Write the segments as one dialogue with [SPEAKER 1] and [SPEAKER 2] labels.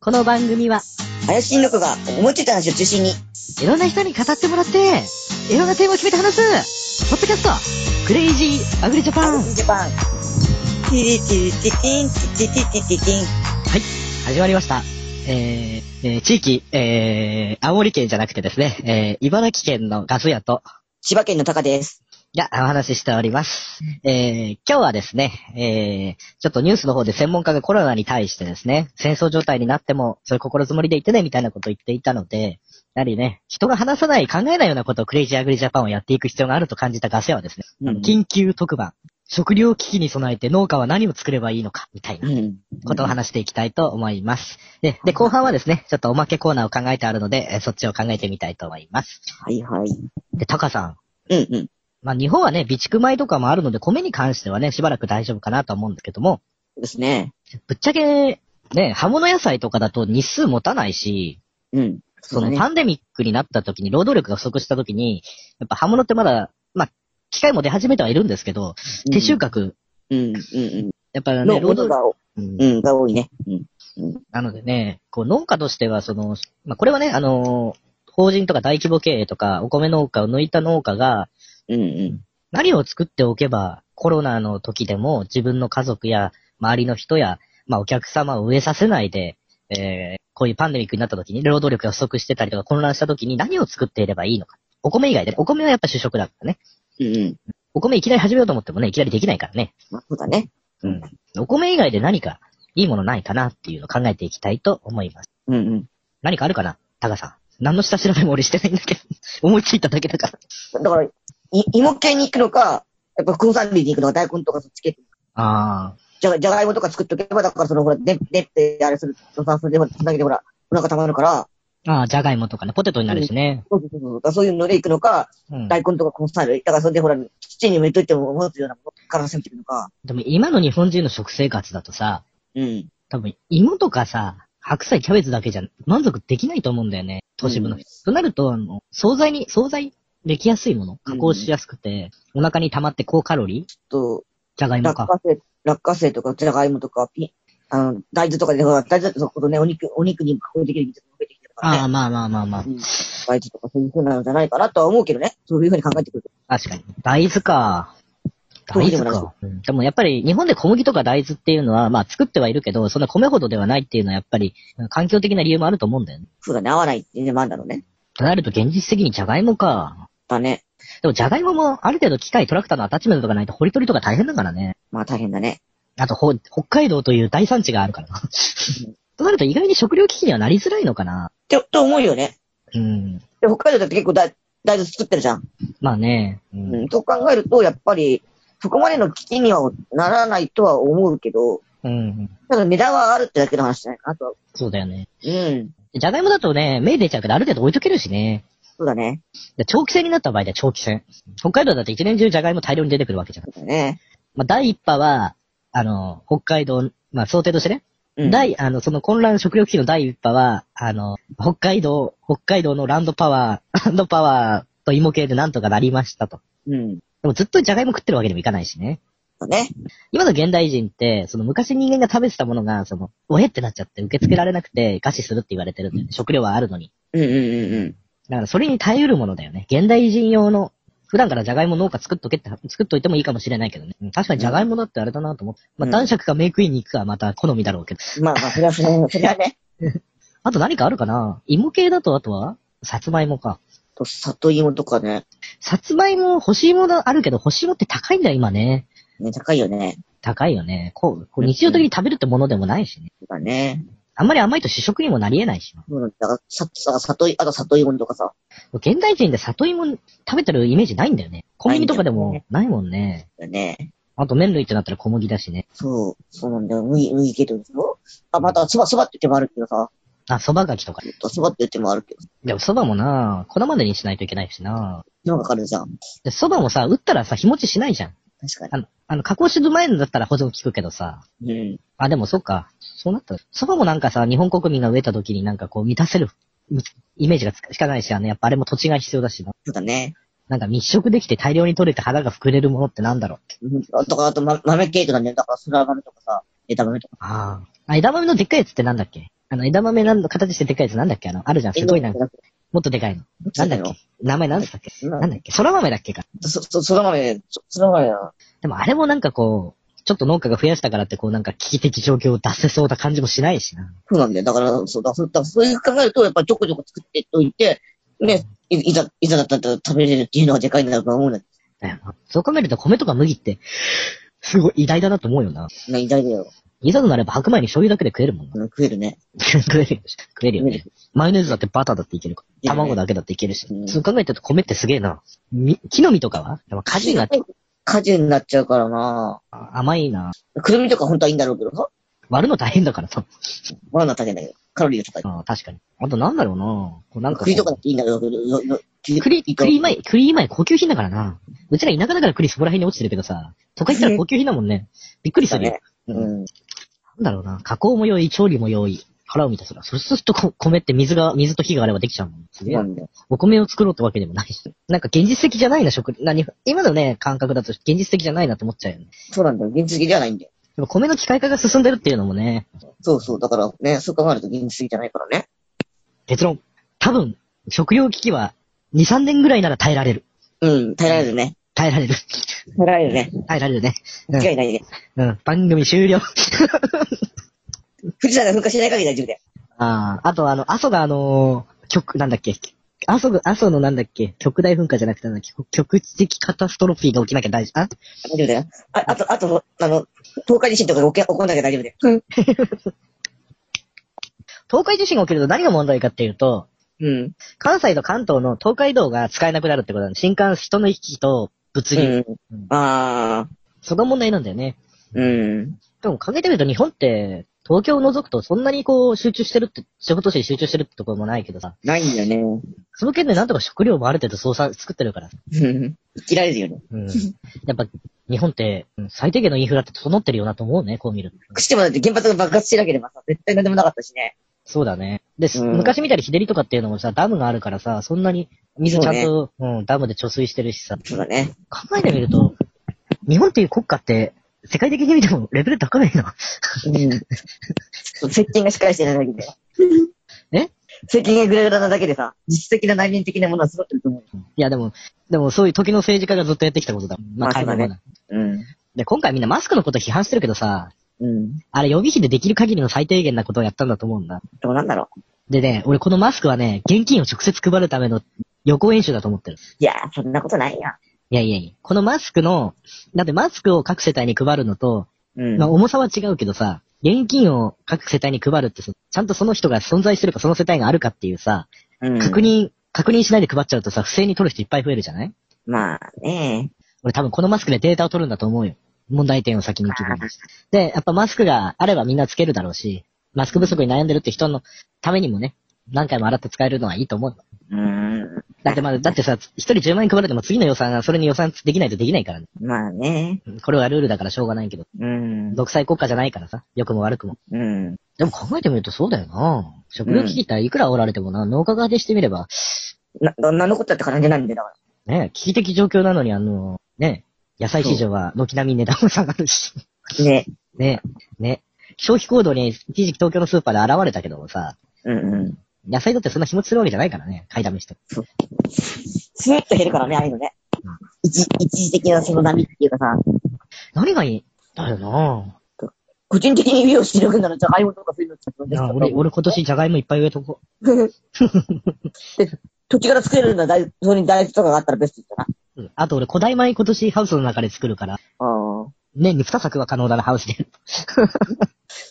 [SPEAKER 1] この番組は、
[SPEAKER 2] 怪しいの子が思いついた話を中心に、
[SPEAKER 1] いろんな人に語ってもらって、いろんなテーマを決めて話す、ポッドキャスト、クレイジーアグリジャ
[SPEAKER 2] ア
[SPEAKER 1] パン
[SPEAKER 2] グ。リジャパン。ティリティリティティン、ティティティティティン。
[SPEAKER 1] はい、始まりました。えー、えー地域、えー、青森県じゃなくてですね、えー、茨城県のガス屋と、
[SPEAKER 2] 千葉県のタカです。
[SPEAKER 1] がお話ししております。えー、今日はですね、えー、ちょっとニュースの方で専門家がコロナに対してですね、戦争状態になっても、そういう心づもりで言ってね、みたいなことを言っていたので、やはりね、人が話さない、考えないようなことをクレイジーアグリジャパンをやっていく必要があると感じたガス屋はですね、あの
[SPEAKER 2] うん
[SPEAKER 1] 緊急特番、食料危機に備えて農家は何を作ればいいのか、みたいな。
[SPEAKER 2] ん。
[SPEAKER 1] ことを話していきたいと思います。で、で、後半はですね、ちょっとおまけコーナーを考えてあるので、えーそっちを考えてみたいと思います。
[SPEAKER 2] はいはい。
[SPEAKER 1] で、タカさん。
[SPEAKER 2] うんうん。
[SPEAKER 1] まあ、日本はね、備蓄米とかもあるので、米に関してはね、しばらく大丈夫かなとは思うんですけども、
[SPEAKER 2] そうですね。
[SPEAKER 1] ぶっちゃけ、ね、葉物野菜とかだと日数持たないし、
[SPEAKER 2] うん。
[SPEAKER 1] そ
[SPEAKER 2] だ
[SPEAKER 1] のパンデミックになった時に、労働力が不足した時に、やっぱ葉物ってまだ、まあ、機械も出始めてはいるんですけど、手収。穫、
[SPEAKER 2] うんうんうん
[SPEAKER 1] やっぱ
[SPEAKER 2] う
[SPEAKER 1] ね、
[SPEAKER 2] ん。の
[SPEAKER 1] 労
[SPEAKER 2] もの
[SPEAKER 1] 働、
[SPEAKER 2] が、
[SPEAKER 1] うん
[SPEAKER 2] うん、が多いね。うん。
[SPEAKER 1] なのでね、こう農家としては、その、まあ、これはね、あのー法人とか大規模経営とか、お米農家を抜いた農家が、
[SPEAKER 2] うんうん。
[SPEAKER 1] 何を作っておけば、コロナの時でも自分の家族や周りの人や、まあ、お客様を飢えさせないで、えー、こういうパンデミックになった時に、労働力が不足してたりとか混乱した時に何を作っていればいいのか。お米以外でね、お米はやっぱ主食だからね。
[SPEAKER 2] うんうん。
[SPEAKER 1] お米いきなり始めようと思ってもね、いきなりできないからね。
[SPEAKER 2] まあ、そうだね。
[SPEAKER 1] うん。お米以外で何かいいものないかなっていうのを考えていきたいと思います。
[SPEAKER 2] うんうん。
[SPEAKER 1] 何かあるかなタカさん。何の下調べも俺してないんだけど、思いついただけだから。
[SPEAKER 2] だから、い芋系に行くのか、やっぱ副産類に行くのか、大根とかそっち系
[SPEAKER 1] ああ。
[SPEAKER 2] じゃ、じゃがいもとか作っとけば、だからその、ほら、で、でって、あれする、その酸素でほら、つなげてほら、お腹溜まるから、
[SPEAKER 1] ああ、じゃがいもとかね、ポテトになるしね。
[SPEAKER 2] そうそうそうそうだからそういうので行くのか、
[SPEAKER 1] うん。
[SPEAKER 2] 大根とかコンサル、だからそれでほら、土に埋めといても持つようなものから攻めていくのか。
[SPEAKER 1] でも今の日本人の食生活だとさ、
[SPEAKER 2] うん。
[SPEAKER 1] 多分芋とかさ、白菜、キャベツだけじゃ満足できないと思うんだよね。都市部の人。となると、あの、惣菜に、惣菜できやすいもの、加工しやすくて、お腹に溜まって高カロリー
[SPEAKER 2] と、
[SPEAKER 1] じゃがいも
[SPEAKER 2] 落
[SPEAKER 1] か。
[SPEAKER 2] 花生、落花生とか、じゃがいもとか、ピン、あの、大豆とかで、ほら、大豆だとそこのね、お肉、お肉に加工できる技術も増えてきてるからね。
[SPEAKER 1] ああ、まあまあまあまあ
[SPEAKER 2] う。ん大豆とかそういうふうなのじゃないかなとは思うけどね。そういうふうに考えてくると。
[SPEAKER 1] 確かに。大豆か。
[SPEAKER 2] そう
[SPEAKER 1] 大豆
[SPEAKER 2] でも
[SPEAKER 1] か。うんでもやっぱり日本で小麦とか大豆っていうのは、まあ作ってはいるけど、そんな米ほどではないっていうのはやっぱりうん環境的な理由もあると思うんだよね。
[SPEAKER 2] そうだね、合わないっていうのもあるんだろうね。
[SPEAKER 1] となると現実的にジャガイモか。
[SPEAKER 2] だね。
[SPEAKER 1] でもジャガイモもある程度機械、トラクターのアタッチメントとかないと掘り取りとか大変だからね。
[SPEAKER 2] まあ大変だね。
[SPEAKER 1] あとほ北海道という大産地があるから な。となると意外に食料危機にはなりづらいのかな。
[SPEAKER 2] って、と思うよね。
[SPEAKER 1] うん。
[SPEAKER 2] で、北海道だって結構大大豆作ってるじゃん。
[SPEAKER 1] まあね。うん
[SPEAKER 2] うん、そう考えると、やっぱり、そこまでの危機にはならないとは思うけど、
[SPEAKER 1] うん。
[SPEAKER 2] ただ値段はあるってだけの話じゃないかなとは。
[SPEAKER 1] そうだよね。
[SPEAKER 2] うん。
[SPEAKER 1] ジャガイモだとね、芽出ちゃうからある程度置いとけるしね。
[SPEAKER 2] そうだね。
[SPEAKER 1] で長期戦になった場合では長期戦。北海道だって一年中ジャガイモ大量に出てくるわけじゃん
[SPEAKER 2] そ。うだね。
[SPEAKER 1] まあ、第一波は、あの、北海道、まあ、想定としてね、
[SPEAKER 2] うん。
[SPEAKER 1] 第、あの、その混乱食料危機の第一波は、あの、北海道、北海道のランドパワー、ラ ンドパワーと芋系でなんとかなりましたと。
[SPEAKER 2] うん。
[SPEAKER 1] でもずっとジャガイモ食ってるわけにもいかないしね。
[SPEAKER 2] そうね。
[SPEAKER 1] 今の現代人って、その昔人間が食べてたものが、その、おえってなっちゃって受け付けられなくて餓死するって言われてるんだよね。食料はあるのに。
[SPEAKER 2] うんうんうんうん。
[SPEAKER 1] だからそれに耐えうるものだよね。現代人用の、普段からジャガイモ農家作っとけって、作っといてもいいかもしれないけどね。うん確かにジャガイモだってあれだなと思って。ま
[SPEAKER 2] う
[SPEAKER 1] あ
[SPEAKER 2] ん
[SPEAKER 1] 男爵かメイクインに行くかはまた好みだろうけど。
[SPEAKER 2] まあまあ、それはそれは、それはね。
[SPEAKER 1] あと何かあるかな芋系だとあとはさつまいもか。
[SPEAKER 2] と、里芋とかね。
[SPEAKER 1] さつまいも、干し芋があるけど、干し芋って高いんだよ、今ね。
[SPEAKER 2] ね、高いよね。
[SPEAKER 1] 高いよね。こう、こう日常的に食べるってものでもないしね。
[SPEAKER 2] そうだね。
[SPEAKER 1] あんまり甘いと主食にもなり得ないしな。
[SPEAKER 2] そうなんだだから、さ、さ、里い、あと里芋とかさ。
[SPEAKER 1] 現代人で里芋食べてるイメージないんだよね。コンビニとかで
[SPEAKER 2] ないん
[SPEAKER 1] もないもんね。
[SPEAKER 2] だね。
[SPEAKER 1] あと麺類ってなったら小麦だしね。
[SPEAKER 2] そう。そうなんだよ。麦、麦系とでしょあ、また、そば、そばって言ってもあるけどさ。
[SPEAKER 1] あ、蕎麦がきとか。
[SPEAKER 2] そばって言ってもあるけど。
[SPEAKER 1] でも蕎麦もな、粉までにしないといけないしな。
[SPEAKER 2] 手間かかるじゃん。
[SPEAKER 1] で、蕎麦もさ、打ったらさ、日持ちしないじゃん。
[SPEAKER 2] 確か
[SPEAKER 1] あの、あの、加工する前のだったら保存効くけどさ。
[SPEAKER 2] に。うん。
[SPEAKER 1] あ、でもそうか。そうなったら。蕎麦もなんかさ、日本国民が植えた時になんかこう満たせるみイメージがつかしかないし、あの、やっぱあれも土地が必要だしな。
[SPEAKER 2] そうだね。
[SPEAKER 1] なんか密食できて大量に取れて腹が膨れるものってなんだろう。
[SPEAKER 2] うんとか、あと、ま、豆系とかね、だから、そら豆とかさ、枝豆とか。
[SPEAKER 1] ああ。あ、枝豆のでっかいやつってなんだっけあの、枝豆なんの形してでかいやつなんだっけあの、あるじゃん。すごいなんか、もっとでかいの。なんだっけ名前なんだっけ
[SPEAKER 2] な
[SPEAKER 1] なんだっけ空豆だっけか。
[SPEAKER 2] そ、そ、そら豆、そそら豆だな。
[SPEAKER 1] でもあれもなんかこう、ちょっと農家が増やしたからってこうなんか危機的状況を出せそうな感じもしないしな。
[SPEAKER 2] そうなんだよ。だから、そうだ、そうだ、そういう考えると、やっぱちょこちょこ作っておいて、ね、いいざ、いざだったら食べれるっていうのがでかいんだと思うんだけ
[SPEAKER 1] だよな。そう考えると米とか麦って、すごい偉大だなと思うよな。
[SPEAKER 2] ど、ね、偉大だよ。
[SPEAKER 1] いざとなれば白米に醤油だけで食えるもんな。
[SPEAKER 2] うん食えるね。
[SPEAKER 1] 食えるよ。食えるよね。マヨネーズだってバターだっていけるか
[SPEAKER 2] い
[SPEAKER 1] ら。
[SPEAKER 2] や
[SPEAKER 1] 卵だけだっていけるし
[SPEAKER 2] う。ん
[SPEAKER 1] そう考えてると米ってすげえな。み木の実とかはでも果樹が
[SPEAKER 2] 果樹になっちゃうからな
[SPEAKER 1] 甘いな。
[SPEAKER 2] くるみとか本当はいいんだろうけどさ。
[SPEAKER 1] 割るの大変だからさ。
[SPEAKER 2] まだな大変だけど。カロリーが高い。
[SPEAKER 1] ああ確かに。あとなんだろうな。こうなんかこう
[SPEAKER 2] 栗とかだっていいんだろうけど、よよ栗
[SPEAKER 1] 栗、
[SPEAKER 2] いいかも
[SPEAKER 1] 栗前、栗前高級品だからな。うちら田舎だから栗そこら辺に落ちてるけどさ、都会行ったら高級品だもんね。びっくりす
[SPEAKER 2] だ
[SPEAKER 1] るよ
[SPEAKER 2] ね。。うん。
[SPEAKER 1] なんだろうな。加工も良い、調理も良い。腹を満たすな。そうするとこ米って水が、水と火があればできちゃうもん。す
[SPEAKER 2] そう
[SPEAKER 1] げえ
[SPEAKER 2] な。んだよ。
[SPEAKER 1] お米を作ろうってわけでもない し。なんか現実的じゃないな、食、何、今のね、感覚だと現実的じゃないなって思っちゃうよね。
[SPEAKER 2] そうなんだよ。現実的ではないんだよ。
[SPEAKER 1] でも米の機械化が進んでるっていうのもね、
[SPEAKER 2] そうそう。だからね、そう考えると現実的じゃないからね。
[SPEAKER 1] 結論。多分、食用危機は2、3年ぐらいなら耐えられる。
[SPEAKER 2] うん。耐えられるね。
[SPEAKER 1] 耐えられる。
[SPEAKER 2] 耐えられるね。
[SPEAKER 1] 耐えられるね。うん
[SPEAKER 2] 間違いないね。
[SPEAKER 1] うん。番組終了。
[SPEAKER 2] 富士山が噴火しない限り大丈夫だよ。
[SPEAKER 1] ああ、あとあの、阿蘇があのー、極、なんだっけ、阿蘇が、阿蘇のなんだっけ、極大噴火じゃなくてなんだっけ、局地的カタストロフィーが起きなきゃ大事、あ
[SPEAKER 2] 大丈夫だよ。あ、あと、あと、あの、東海地震とかが起き起こんなきゃ大丈夫だよ。うん。
[SPEAKER 1] 東海地震が起きると何が問題かっていうと、
[SPEAKER 2] うん。
[SPEAKER 1] 関西と関東の東海道が使えなくなるってことなの。新幹線、人の行き来と物流。
[SPEAKER 2] うん。ああ、
[SPEAKER 1] そこが問題なんだよね。
[SPEAKER 2] うん。
[SPEAKER 1] でも考えてみると日本って、東京を除くとそんなにこう集中してるって、仕事市に集中してるってところもないけどさ、
[SPEAKER 2] ないんだよ
[SPEAKER 1] その件でなんとか食料もある程度操作作ってるから。
[SPEAKER 2] ね。 生きられるよね。
[SPEAKER 1] うん。やっぱ、日本って、うん最低限のインフラって整ってるよなと思うね、こう見ると。
[SPEAKER 2] くしてもだって原発が爆発してなければさ、絶対何でもなかったしね。
[SPEAKER 1] そうだね。で、
[SPEAKER 2] うん
[SPEAKER 1] 昔みたいに日照りとかっていうのもさ、ダムがあるからさ、そんなに水ちゃんと、うん、ダムで貯水してるしさ。
[SPEAKER 2] そうだね。
[SPEAKER 1] 考えてみると、日本っていう国家って、世界的に見てもレベル高いな。
[SPEAKER 2] うん。 接近がしっかりしてないだけ で。
[SPEAKER 1] え
[SPEAKER 2] 接近がグラグラなだけでさ、実質的な内面的なものは揃ってると思う。
[SPEAKER 1] いや、でも、でもそういう時の政治家がずっとやってきたことだ。ま
[SPEAKER 2] ま
[SPEAKER 1] あ、
[SPEAKER 2] あ
[SPEAKER 1] 海外
[SPEAKER 2] そう
[SPEAKER 1] も
[SPEAKER 2] だ
[SPEAKER 1] な。
[SPEAKER 2] うん。
[SPEAKER 1] で、今回みんなマスクのこと批判してるけどさ、
[SPEAKER 2] うん。
[SPEAKER 1] あれ予備費でできる限りの最低限なことをやったんだと思うんだ。
[SPEAKER 2] どうなんだろう。
[SPEAKER 1] でね、俺このマスクはね、現金を直接配るための予行演習だと思ってる。
[SPEAKER 2] いやー、そんなことないや。
[SPEAKER 1] いやいやいや、このマスクの、だってマスクを各世帯に配るのと、
[SPEAKER 2] うん
[SPEAKER 1] まあ重さは違うけどさ、現金を各世帯に配るってそちゃんとその人が存在してるかその世帯があるかっていうさ、
[SPEAKER 2] うん
[SPEAKER 1] 確認、確認しないで配っちゃうとさ、不正に取る人いっぱい増えるじゃない
[SPEAKER 2] まあね
[SPEAKER 1] 俺多分このマスクでデータを取るんだと思うよ。問題点を先に気分にして。で、やっぱマスクがあればみんなつけるだろうし、マスク不足に悩んでるって人のためにもね、何回も洗って使えるのはいいと思う。
[SPEAKER 2] うん。
[SPEAKER 1] だってまあ、だってさ、一人10万円配れても次の予算がそれに予算できないとできないからね。
[SPEAKER 2] まあね
[SPEAKER 1] これはルールだからしょうがないけど。
[SPEAKER 2] うん。
[SPEAKER 1] 独裁国家じゃないからさ、良くも悪くも。
[SPEAKER 2] うん。
[SPEAKER 1] でも考えてみるとそうだよな食料危機っていくらおられてもな、農家側でしてみれば、
[SPEAKER 2] な、何のことだって絡んでないんだよだから。
[SPEAKER 1] ね、危機的状況なのにあの、ね、野菜市場は軒並み値段も下がるし、
[SPEAKER 2] ね。
[SPEAKER 1] ね、ね、消費行動に一時期東京のスーパーで現れたけどもさ、
[SPEAKER 2] うんうん。
[SPEAKER 1] 野菜だってそんな日持ちするわけじゃないからね、買いだめして。
[SPEAKER 2] スーッと減るからね、ああいうのね
[SPEAKER 1] うん。
[SPEAKER 2] 一一時的なその波っていうかさ、
[SPEAKER 1] 何がいいだよな
[SPEAKER 2] 個人的に美容してるくなら、じゃがいもとかそういうのってどうです
[SPEAKER 1] な
[SPEAKER 2] か
[SPEAKER 1] あ俺、俺今年じゃがいもいっぱい植えとこ
[SPEAKER 2] 土地から作れるのは大、それに大豆とかがあったらベストだな。
[SPEAKER 1] う。うんあと俺、古代米今年ハウスの中で作るから、
[SPEAKER 2] ああ。
[SPEAKER 1] 年に2作は可能だな、ハウスで。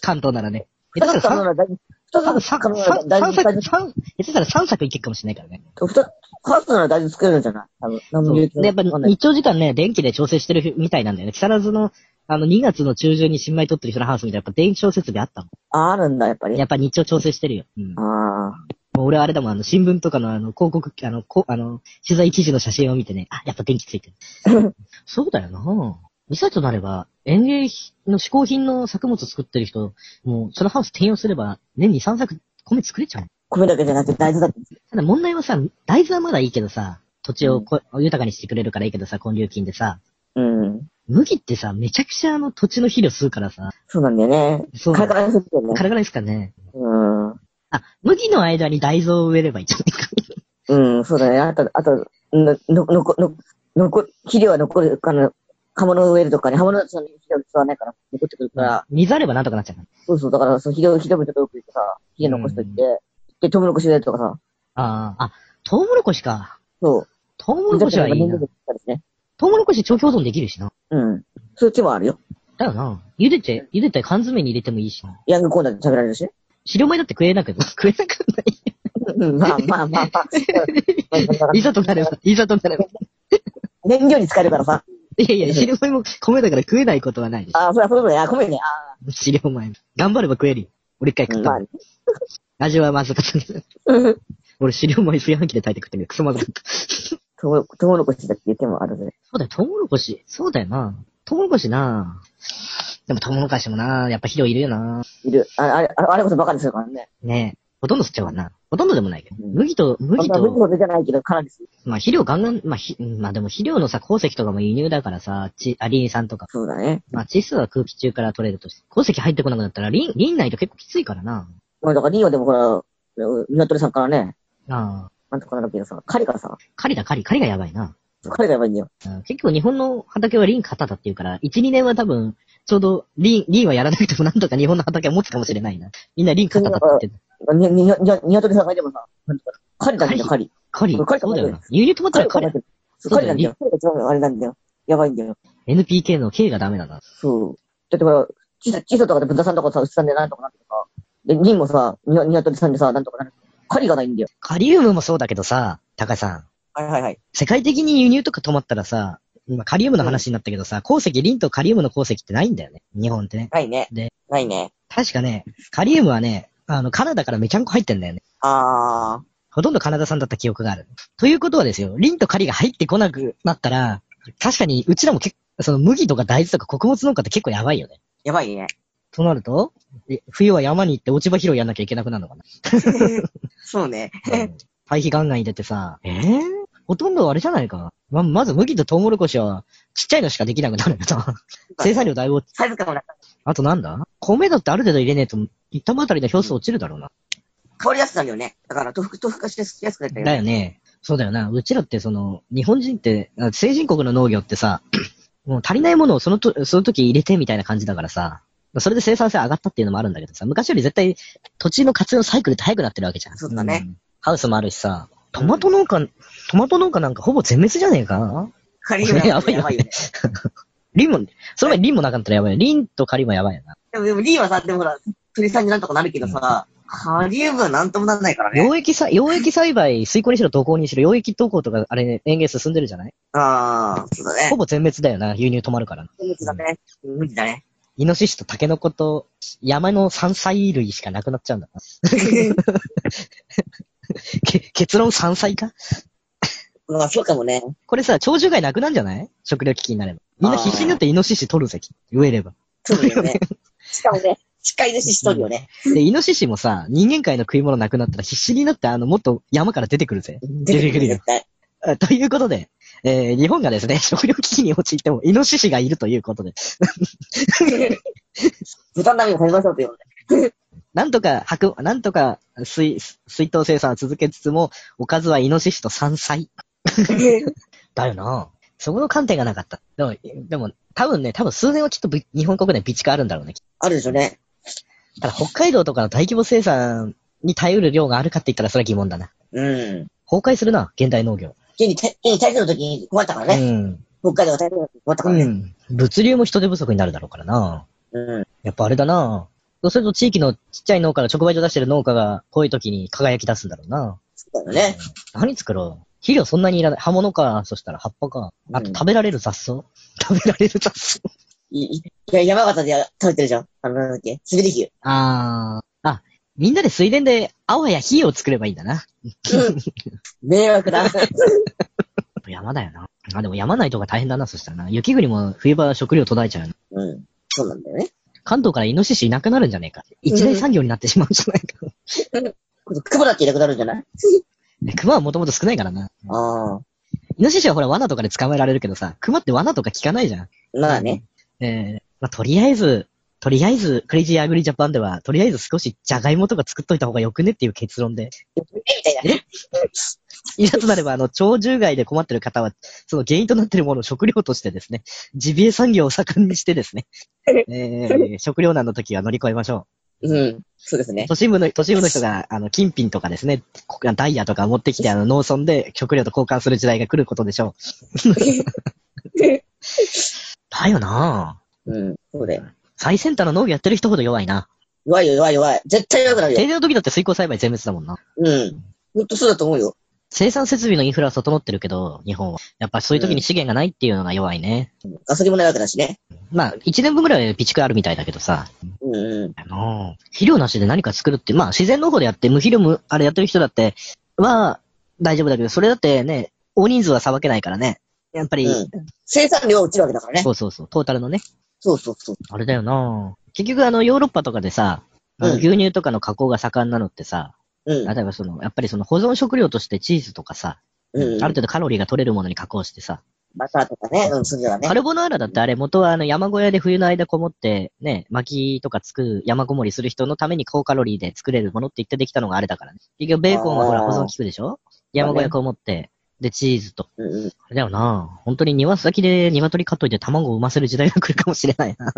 [SPEAKER 1] 関東ならね。下手した
[SPEAKER 2] 二つ
[SPEAKER 1] ら
[SPEAKER 2] 可
[SPEAKER 1] 三
[SPEAKER 2] 能な大豆。二
[SPEAKER 1] 多分
[SPEAKER 2] つ
[SPEAKER 1] 三
[SPEAKER 2] 可能な
[SPEAKER 1] 三三
[SPEAKER 2] 大豆。
[SPEAKER 1] 作、三、下手したら3作いけるかもしれないからね。
[SPEAKER 2] 二つ、二つなら大豆作れるんじゃない多分。何
[SPEAKER 1] そ
[SPEAKER 2] も
[SPEAKER 1] う。
[SPEAKER 2] 言う
[SPEAKER 1] で
[SPEAKER 2] て、な
[SPEAKER 1] や
[SPEAKER 2] い
[SPEAKER 1] っぱ日照時間ね、電気で調整してるみたいなんだよね。木更津の、あの、2月の中旬に新米取ってる人のハウスみたいな、やっぱ電気調節であったも
[SPEAKER 2] あ、あるんだ、やっぱ
[SPEAKER 1] ん。
[SPEAKER 2] り。
[SPEAKER 1] や
[SPEAKER 2] あ
[SPEAKER 1] っぱ日照調整してるよ。うん。も
[SPEAKER 2] あ。
[SPEAKER 1] う俺はあれだもん、あの、新聞とかのあの、広告、あの、こあの、取材記事の写真を見てね、あ、やっぱ電気ついてる。そうだよなミサとなれば、園芸の嗜好品の作物作ってる人、もう、そのハウス転用すれば、年に3作米作れちゃう。
[SPEAKER 2] 米だけじゃなくて大豆だって。
[SPEAKER 1] ただ問題はさ、大豆はまだいいけどさ、土地をこ、豊かにしてくれるからいいけどさ、根粒菌でさ、
[SPEAKER 2] うん。
[SPEAKER 1] 麦ってさ、めちゃくちゃあの土地の肥料吸うからさ、
[SPEAKER 2] そうなんだよね。
[SPEAKER 1] そう
[SPEAKER 2] カラカラにするよね。
[SPEAKER 1] カラカラですかね。
[SPEAKER 2] うん。
[SPEAKER 1] あ、麦の間に大豆を植えればいいんじゃないか。
[SPEAKER 2] うん、そうだね。あと、あと、の、の、の、の、残、肥料は残るから、刃物を植えるとかね、刃物はその肥料使わないから残ってくるから、
[SPEAKER 1] 水あればなんとかなっちゃうから。
[SPEAKER 2] そうそう、だから、その肥料、肥料もちょっと多く入れてさ、肥料残しといて、で、トウモロコシ植えるとかさ、
[SPEAKER 1] ああ、あ、トウモロコシか。
[SPEAKER 2] そう。
[SPEAKER 1] トウモロコシはいいな。
[SPEAKER 2] ね。
[SPEAKER 1] トウモロコシ長期保存できるしな。
[SPEAKER 2] うん。そういう手もあるよ。
[SPEAKER 1] だよな。茹でて、茹でて缶詰に入れてもいいしな。
[SPEAKER 2] ヤングコーナーで食べられるし。
[SPEAKER 1] 白米だって食えなく、 食えなくない。
[SPEAKER 2] うんまあまあ まあまあ。
[SPEAKER 1] いざとな れば、いざとなれば。
[SPEAKER 2] 燃料に使えるからさ。
[SPEAKER 1] いやいや、白米も米だから食えないことはないでし
[SPEAKER 2] ああ、そりゃそうだね。あ、ごめんね。あ
[SPEAKER 1] ょ。白米も。頑張れば食えるよ。俺一回
[SPEAKER 2] あ、
[SPEAKER 1] 食った
[SPEAKER 2] ま
[SPEAKER 1] も
[SPEAKER 2] あ
[SPEAKER 1] ん。味はまずかったけど。
[SPEAKER 2] ね。
[SPEAKER 1] 俺白米炊飯器で炊いて食ってみる。クソまずかった。
[SPEAKER 2] トウトウモロコシだっていう手もあるね。
[SPEAKER 1] そうだよ、トウモロコシ。そうだよな。トウモロコシな。でもトウモロコシもな、やっぱ肥料いるよな。
[SPEAKER 2] いる。ああれ、あれあれこそバカにするからね。
[SPEAKER 1] ねえ。ほとんど吸っちゃうわな。ほとんどでもないけど。
[SPEAKER 2] うん
[SPEAKER 1] 麦と、麦
[SPEAKER 2] まあ麦
[SPEAKER 1] と、
[SPEAKER 2] ほどじゃないけど、かなりする。
[SPEAKER 1] まあ肥料ガンガン、まあひ、うんまあでも肥料のさ、鉱石とかも輸入だからさ、ち、あ、リン酸とか。
[SPEAKER 2] そうだね。
[SPEAKER 1] まあ窒素は空気中から取れるとして。鉱石入ってこなくなったら、リン、リンないと結構きついからな。
[SPEAKER 2] まあ、だからリンはでもほら、うミナトリさんからね、
[SPEAKER 1] ああ。
[SPEAKER 2] なんとかなるけどさ、狩りからさ、
[SPEAKER 1] 狩りだ、狩り。狩りがやばいな。
[SPEAKER 2] 狩りがやばいんだよ。
[SPEAKER 1] うん結構日本の畑はリン型だっていうから、1、2年は多分、ちょうどリン、リンはやらなくてもなんとか日本の畑は持つかもしれないな。みんなリン型だって言ってる。
[SPEAKER 2] に、に、に、ニワトリさんがいてもさ、なんとか、狩りなんだよ、狩り。
[SPEAKER 1] カリ、
[SPEAKER 2] カリ
[SPEAKER 1] そうだよな。輸入止まった
[SPEAKER 2] 狩
[SPEAKER 1] ら
[SPEAKER 2] り
[SPEAKER 1] カ
[SPEAKER 2] 狩
[SPEAKER 1] リ
[SPEAKER 2] り、狩りなんだよ。狩りが一番あれなんだよ。やばいんだよ。
[SPEAKER 1] NPK の K がダメだな。
[SPEAKER 2] そう。だってほら、チソ、チソとかで豚さんとかさ、牛さんでなんとかなってとか、で、リンもさ、ニワニワトリさんでさ、なんとかなる。狩りがないんだよ。
[SPEAKER 1] カリウムもそうだけどさ、高井さん。
[SPEAKER 2] はいはいはい。
[SPEAKER 1] 世界的に輸入とか止まったらさ、今カリウムの話になったけどさ、鉱石、リンとカリウムの鉱石ってないんだよね。日本ってね。
[SPEAKER 2] ないね。
[SPEAKER 1] で
[SPEAKER 2] ないね。
[SPEAKER 1] 確かね、カリウムはね、あの、カナダからめちゃんこ入ってんだよね。
[SPEAKER 2] あー。
[SPEAKER 1] ほとんどカナダ産だった記憶がある。ということはですよ、リンとカリが入ってこなくなったら、確かにうちらも結構、その麦とか大豆とか穀物農家って結構やばいよね。
[SPEAKER 2] やばいね。
[SPEAKER 1] となると、え冬は山に行って落ち葉拾いやんなきゃいけなくなるのかな。
[SPEAKER 2] そうね。
[SPEAKER 1] 堆肥ガンガン入れてさ、えぇ、ほとんどあれじゃないか。ま、まず麦とトウモロコシは、ちっちゃいのしかできなくなるよな。生産量だいぶ落ち、
[SPEAKER 2] サイズ感もなく
[SPEAKER 1] あとなんだ米だってある程度入れねえと、一玉あたりの表数落ちるだろうな。
[SPEAKER 2] 変わりやすくなるよね。だから、豆腐、豆腐化しやすくなったよ
[SPEAKER 1] だ
[SPEAKER 2] ね。
[SPEAKER 1] よね。そうだよな。うちらってその、日本人って、あ先進国の農業って さ、もう足りないものをそのと、その時入れてみたいな感じだからさ、それで生産性上がったっていうのもあるんだけどさ、昔より絶対土地の活用サイクルって早くなってるわけじゃん。
[SPEAKER 2] そうだね
[SPEAKER 1] んハウスもあるしさ、トマト農家、トマト農家なんかほぼ全滅じゃねえか
[SPEAKER 2] カリウムなんてやばいよね。
[SPEAKER 1] リンも、その前にリンもなかったらやばいよ。リンとカリもやばいよな。
[SPEAKER 2] でも、でも、リーはさ、でもほら、鳥さんになんとかなるけどさ、カリウムはなんともなんないからね。
[SPEAKER 1] 溶液さ、溶液栽培、水耕にしろ、土耕にしろ、溶液土耕とか、あれね、園芸進んでるじゃない
[SPEAKER 2] あー、そうだ
[SPEAKER 1] ほ
[SPEAKER 2] ね。
[SPEAKER 1] ぼ全滅だよな。輸入止まるからな。
[SPEAKER 2] 無理だね。無理だ ね。
[SPEAKER 1] イノシシとタケノコと山の山菜類しかなくなっちゃうんだな。け結論山菜か
[SPEAKER 2] まあ、そうかもね。
[SPEAKER 1] これさ、鳥獣害なくなんじゃない食糧危機になれば。みんな必死になってイノシシ取るぜ、植えれば。
[SPEAKER 2] そうだよね。 しかもね、しっかり主しとるよね。
[SPEAKER 1] で、イノシシもさ、人間界の食い物なくなったら必死になって、あの、もっと山から出てくるぜ。
[SPEAKER 2] 出てくるよ、絶対。
[SPEAKER 1] あということで、えー、日本がですね、食糧危機に陥っても、イノシシがいるということで、
[SPEAKER 2] 豚並みを食べましょうって言うのね。
[SPEAKER 1] なんとか白、なんとか水、水筒生産は続けつつも、おかずはイノシシと山菜。だよなそこの観点がなかった。でも、でも、多分ね、多分数年はきっとぶ日本国内備蓄あるんだろうね。
[SPEAKER 2] あるでしょうね。
[SPEAKER 1] ただ北海道とかの大規模生産に耐えうる量があるかって言ったらそれは疑問だな。
[SPEAKER 2] うん。
[SPEAKER 1] 崩壊するな、現代農業。
[SPEAKER 2] 現に、現に台風の時に困ったからね。北海道が台風の時に困ったか
[SPEAKER 1] う
[SPEAKER 2] ら
[SPEAKER 1] ん。う
[SPEAKER 2] ね。
[SPEAKER 1] ん。物流も人手不足になるだろうからな
[SPEAKER 2] うん。
[SPEAKER 1] やっぱあれだなそうすると地域のちっちゃい農家の直売所出してる農家がこういう時に輝き出すんだろうな
[SPEAKER 2] そうだよね。
[SPEAKER 1] 何作ろう肥料そんなにいらない。葉物か、そしたら葉っぱか。あと
[SPEAKER 2] うん
[SPEAKER 1] 食べられる雑草、 食べられる雑草。
[SPEAKER 2] い、いいや、山形でや食べてるじゃん。あの、なんだっけ滑り牛。
[SPEAKER 1] あー。あ、みんなで水田で、あわや火を作ればいいんだな。
[SPEAKER 2] 迷惑だ。
[SPEAKER 1] 山だよな。あ、でも山ないとか大変だな、そしたらな。雪国も冬場は食料途絶えちゃうよな。
[SPEAKER 2] うん。そうなんだよね。
[SPEAKER 1] 関東からイノシシいなくなるんじゃねえか。一大産業になってしまうんじゃないか。
[SPEAKER 2] 今度、雲だっていなくなるんじゃない
[SPEAKER 1] 熊はもともと少ないからな。
[SPEAKER 2] ああ。
[SPEAKER 1] イノシシはほら罠とかで捕まえられるけどさ、熊って罠とか効かないじゃん。
[SPEAKER 2] まあね。
[SPEAKER 1] えー、まあ、とりあえず、とりあえず、クレイジーアグリジャパンでは、とりあえず少しジャガイモとか作っといた方がよくねっていう結論で。
[SPEAKER 2] みたいなね。
[SPEAKER 1] いざとなれば、あの、鳥獣害で困ってる方は、その原因となっているものを食料としてですね、ジビエ産業を盛んにして ですね、えー、食糧難の時は乗り越えましょ
[SPEAKER 2] うん。そうです
[SPEAKER 1] う。
[SPEAKER 2] ね。
[SPEAKER 1] 都市部の、都市部の人が、あの、金品とかですね、こダイヤとか持って きて、あの、農村で食料と交換する時代が来ることでしょう。 だよなぁ。
[SPEAKER 2] うん。そうだよ。
[SPEAKER 1] 最先端の農業やってる人ほど弱いな。
[SPEAKER 2] 弱いよ、弱い、弱い。絶対弱くなるよ
[SPEAKER 1] 定。年の時だって水耕栽培全滅だもんな。
[SPEAKER 2] うん。ほんとそうだと思うよ。
[SPEAKER 1] 生産設備のインフラは整ってるけど、日本は。やっぱそういう時に資源がないっていうのが弱いね。
[SPEAKER 2] ガソリンもないわけだしね。
[SPEAKER 1] まあ、一年分ぐらい備蓄あるみたいだけどさ。
[SPEAKER 2] うんうん。
[SPEAKER 1] あのー肥料なしで何か作るって、まあ自然農法でやって無肥料無、あれやってる人だって、は大丈夫だけど、それだってね、大人数はさばけないからね。やっぱり、
[SPEAKER 2] うん生産量は落ちるわけだからね。
[SPEAKER 1] そうそうそう、トータルのね。
[SPEAKER 2] そうそうそう。
[SPEAKER 1] あれだよな結局あのヨーロッパとかでさ、あの
[SPEAKER 2] うん
[SPEAKER 1] 牛乳とかの加工が盛んなのってさ、
[SPEAKER 2] うん。
[SPEAKER 1] 例えばその、やっぱりその保存食料としてチーズとかさ、
[SPEAKER 2] うんうん
[SPEAKER 1] ある程度カロリーが取れるものに加工してさ、
[SPEAKER 2] バターとかね。うん、そうだね
[SPEAKER 1] カ。ルボナーラだってあれ元はあの山小屋で冬の間こもってね、薪とか作る、山こもりする人のために高カロリーで作れるものって言ってできたのがあれだからね。結局ベーコンはほら
[SPEAKER 2] あー
[SPEAKER 1] 保存効くでしょ山小屋こもって、でチーズと。
[SPEAKER 2] うんうん。
[SPEAKER 1] あれだよな本当に庭先で鶏飼っといて卵を産ませる時代が来るかもしれないな。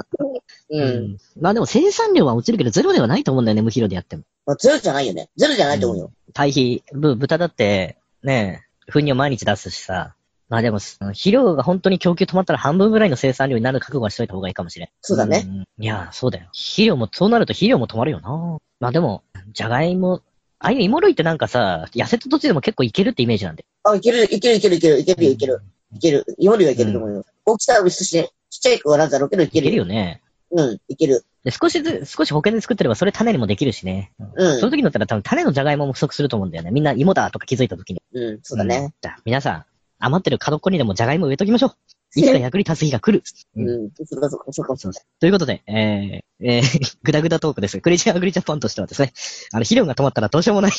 [SPEAKER 2] うん。
[SPEAKER 1] まあでも生産量は落ちるけどゼロではないと思うんだよね、無肥料でやっても。
[SPEAKER 2] まあ、ゼロじゃないよね。ゼロじゃないと思うよ。
[SPEAKER 1] 対比、ぶ豚だって、ね、糞尿毎日出すしさ。まあでも、うん肥料が本当に供給止まったら半分ぐらいの生産量になる覚悟はしといた方がいいかもしれん。
[SPEAKER 2] そうだね。
[SPEAKER 1] ん。いや、そうだよ。肥料も、そうなると肥料も止まるよな。まあでも、じゃがいも、ああいう芋類ってなんかさ、痩せた土地でも結構いけるってイメージなんで。
[SPEAKER 2] あ、いける、いける、いける、いける、いける、いける。いける。今よりはいけると思うよ。大きさは別として、ちっちゃい子はなんだろうけど、い
[SPEAKER 1] い
[SPEAKER 2] け
[SPEAKER 1] ける
[SPEAKER 2] る。
[SPEAKER 1] よね。
[SPEAKER 2] うん、いける。
[SPEAKER 1] で、少しず、少し保険で作ってればそれ種にもできるしね。
[SPEAKER 2] う
[SPEAKER 1] その
[SPEAKER 2] ん。
[SPEAKER 1] 時になったら多分種のじゃがいもも不足すると思うんだよね。みんな芋だとか気づいた時に。
[SPEAKER 2] うん、そうだね。
[SPEAKER 1] ん。だ皆さん、余ってる角っこにでもじゃがいも植えときましょう。いつか役に立つ日が来る。うん
[SPEAKER 2] うん、そうか、そうか、そうか、そうか。
[SPEAKER 1] ということで、えー、えー、 ぐだぐだトークですが、クレイジーアグリジャパンとしてはですね、あの、肥料が止まったらどう しようもない。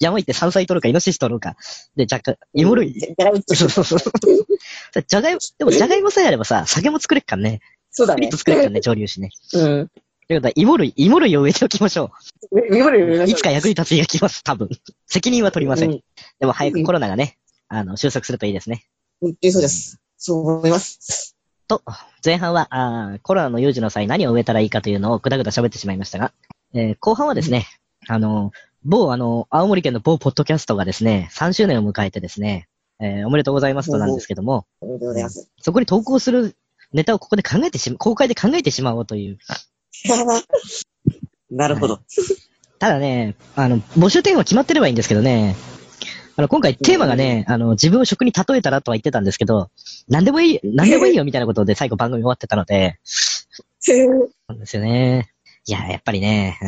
[SPEAKER 1] 山行って山菜取るか、イノシシ取るか。で、じゃが、芋 類。
[SPEAKER 2] じゃがいもと
[SPEAKER 1] そうそうそう。 じゃがいも、でもじゃがいもさえあればさ、酒も作れっからね。
[SPEAKER 2] そうだ
[SPEAKER 1] プリ
[SPEAKER 2] ね
[SPEAKER 1] ッと。作れっからね、蒸留酒ね。
[SPEAKER 2] うん。
[SPEAKER 1] ということで、芋類、芋類を植えておきましょ
[SPEAKER 2] 今より
[SPEAKER 1] う。いつか役に立つ日が来ます、多分。責任は取りません。
[SPEAKER 2] うん。
[SPEAKER 1] でも早くコロナがね、あの、収束するといいですね。
[SPEAKER 2] 本当にそうです。そう思います。
[SPEAKER 1] と、前半は、あーコロナの有事の際何を植えたらいいかというのをぐだぐだ喋ってしまいましたが、えー後半はですね、あの、某、あの、青森県の某ポッドキャストがですね、3周年を迎えてですね、えーおめでとうございますとなんですけども、
[SPEAKER 2] ありがとうござい ます。
[SPEAKER 1] そこに投稿するネタをここで考えてしま、公開で考えてしまおうという。
[SPEAKER 2] なるほど。
[SPEAKER 1] ただね、あの、募集テーマは決まってればいいんですけどね、あの、今回テーマがね、あの、自分を食に例えたらとは言ってたんですけど、何でもいい、何でもいいよみたいなことで最後番組終わってたので、なんですよね。いや、やっぱりね、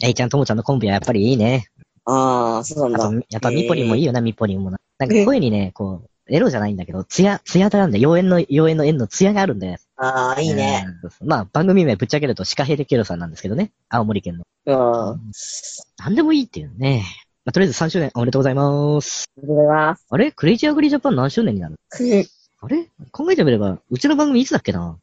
[SPEAKER 1] うん。A ちゃんともちゃんのコンビはやっぱりいいね。
[SPEAKER 2] ああ、そう
[SPEAKER 1] あ
[SPEAKER 2] な
[SPEAKER 1] と
[SPEAKER 2] んだ。、
[SPEAKER 1] やっぱミポリンもいいよな、ミポリンもな。なんか声にね、こう、エロじゃないんだけど、ツヤ、ツヤなんで、妖艶の、妖艶の縁のツヤがあるんだよ。
[SPEAKER 2] ああ、いいね。
[SPEAKER 1] うん。そうそうまあ、番組名ぶっちゃけると、シカヘデケロさんなんですけどね。青森県の。
[SPEAKER 2] うん。あ
[SPEAKER 1] なんでもいいっていうね。まあ、とりあえず3周年おめでとうございます。
[SPEAKER 2] りがとうございます。
[SPEAKER 1] あれクレイジーアグリジャパン何周年になる あれ考えてみれば、うちの番組いつだっけな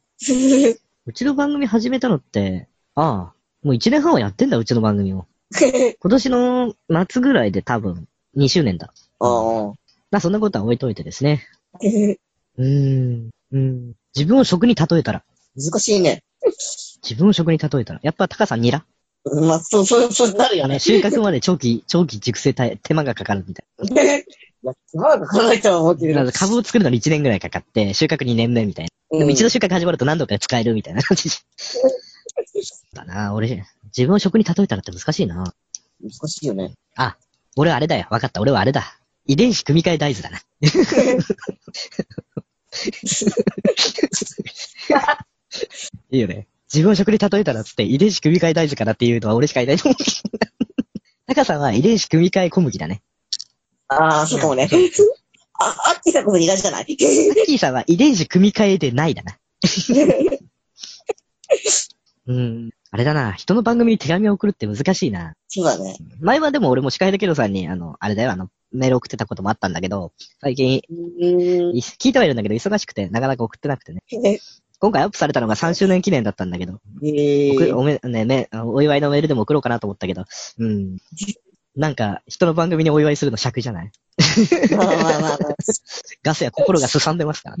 [SPEAKER 1] うちの番組始めたのって、ああ、もう1年半はやってんだ、うちの番組を。今年の末ぐらいで多分2周年だ。
[SPEAKER 2] ああ。
[SPEAKER 1] まあそんなことは置いといてですね。うーん。うん。自分を食に例えたら。
[SPEAKER 2] 難しいね。
[SPEAKER 1] 自分を食に例えたら。やっぱ高さんニラ
[SPEAKER 2] まあ、そう、そう、そうなるよね。
[SPEAKER 1] 収穫まで長期、 長期熟成体、手間がかかるみたい
[SPEAKER 2] いや、手間がかからないとは思うけ
[SPEAKER 1] な。
[SPEAKER 2] ど
[SPEAKER 1] だ。から株を作るのに1年ぐらいかかって、収穫2年目みたいな。でも一度収穫始まると何度かで使えるみたいな感じ。だな俺、自分を食に例えたらって難しいな
[SPEAKER 2] うん難しいよね。
[SPEAKER 1] あ、俺はあれだよ。わかった。俺はあれだ。遺伝子組み換え大豆だな。いいよね。自分を食に例えたらっつって遺伝子組み換え大豆かなっていうのは俺しかいないと思うけど。タカさんは遺伝子組み換え小麦だね。
[SPEAKER 2] ああ、そうかもね。あ、あっきさこと苦手じゃない
[SPEAKER 1] タッキーさんは遺伝子組み換えでないだな。うん。あれだな。人の番組に手紙を送るって難しいな。
[SPEAKER 2] そうだね。
[SPEAKER 1] 前はでも俺も司会だけどさんに、あの、あれだよ、あの、メール送ってたこともあったんだけど、最近、
[SPEAKER 2] うーん。
[SPEAKER 1] 聞いてはいるんだけど忙しくてなかなか送ってなくてね。今回アップされたのが3周年記念だったんだけど、
[SPEAKER 2] え
[SPEAKER 1] 送
[SPEAKER 2] ー
[SPEAKER 1] おめ、ね、め、お祝いのメールでも送ろうかなと思ったけど、うん。なんか、人の番組にお祝いするの尺じゃない
[SPEAKER 2] まあまあまあまあ。
[SPEAKER 1] ガスや心がすさんでますから。